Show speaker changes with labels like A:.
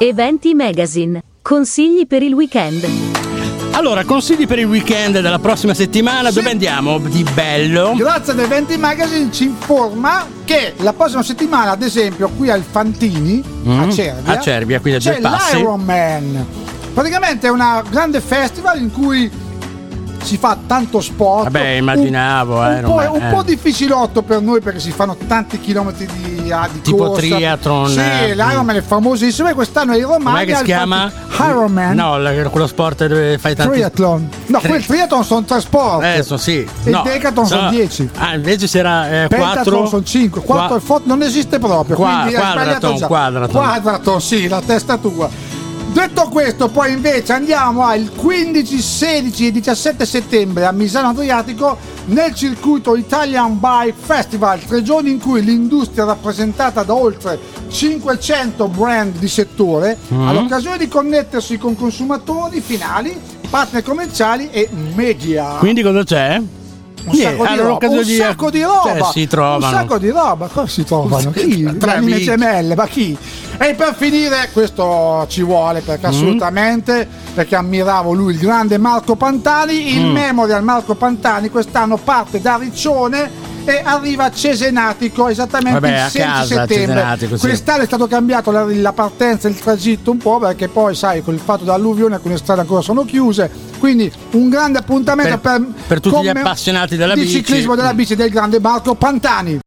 A: Eventi Magazine. Consigli per il weekend.
B: Allora, consigli per il weekend della prossima settimana, dove andiamo di bello?
C: Grazie ad Eventi Magazine ci informa che la prossima settimana, ad esempio, qui al Fantini, a
B: Mm,
C: Cervia,
B: a Cervia, quindi a
C: c'è
B: due passi.
C: l'Iron Man. Praticamente è un grande festival in cui si fa tanto sport.
B: Vabbè,
C: Un-
B: immaginavo,
C: Un,
B: eh,
C: po',
B: non-
C: è un
B: eh.
C: po' difficilotto per noi perché si fanno tanti chilometri di, ah, di
B: Tipo
C: corsa.
B: triathlon,
C: Sì,
B: eh.
C: l'Iron Man è famosissimo e quest'anno è Iron Man.
B: Com'è che si
C: al
B: chiama?
C: Fantini. Iron Man.
B: No, l- quello sport dove fai tanti...
C: Triathlon. No,
B: Tri-
C: quel triathlon sono tre sport.
B: Eh, so, sì.
C: E il decathlon sono 10.
B: Ah, invece c'era 4...
C: Pentathlon sono 5, 4 e fo- non esiste proprio.
B: Qua-
C: quindi hai
B: quadraton,
C: sbagliato già.
B: quadraton.
C: Quadraton, sì, la testa tua. Detto questo, poi invece andiamo al 15, 16 e 17 settembre a Misano Adriatico nel circuito Italian Bike Festival, tre giorni in cui l'industria è rappresentata da oltre 500 brand di settore
B: Mm.
C: ha l'occasione di connettersi con consumatori finali, partner commerciali e media
B: Quindi cosa c'è?
C: un sacco di roba, un sacco di roba,
B: Cioè, si trovano.
C: un sacco di roba, cosa si trovano? Chi?
B: Tra
C: Tra le mie
B: amici.
C: gemelle, ma chi? E per finire, questo ci vuole perché
B: Mm.
C: assolutamente, perché ammiravo lui, il grande Marco Pantani,
B: Mm.
C: il Memorial Marco Pantani quest'anno parte da Riccione e arriva a Cesenatico esattamente
B: Vabbè,
C: il
B: a
C: 16
B: casa, a
C: settembre.
B: Cesenatico, sì.
C: Quest'anno è stato cambiato la, la partenza, il tragitto un po' perché poi sai con il fatto dell'alluvione alcune strade ancora sono chiuse. Quindi un grande appuntamento
B: Per- per tutti gli appassionati della
C: di
B: bici.
C: ciclismo della bici del grande Marco Pantani.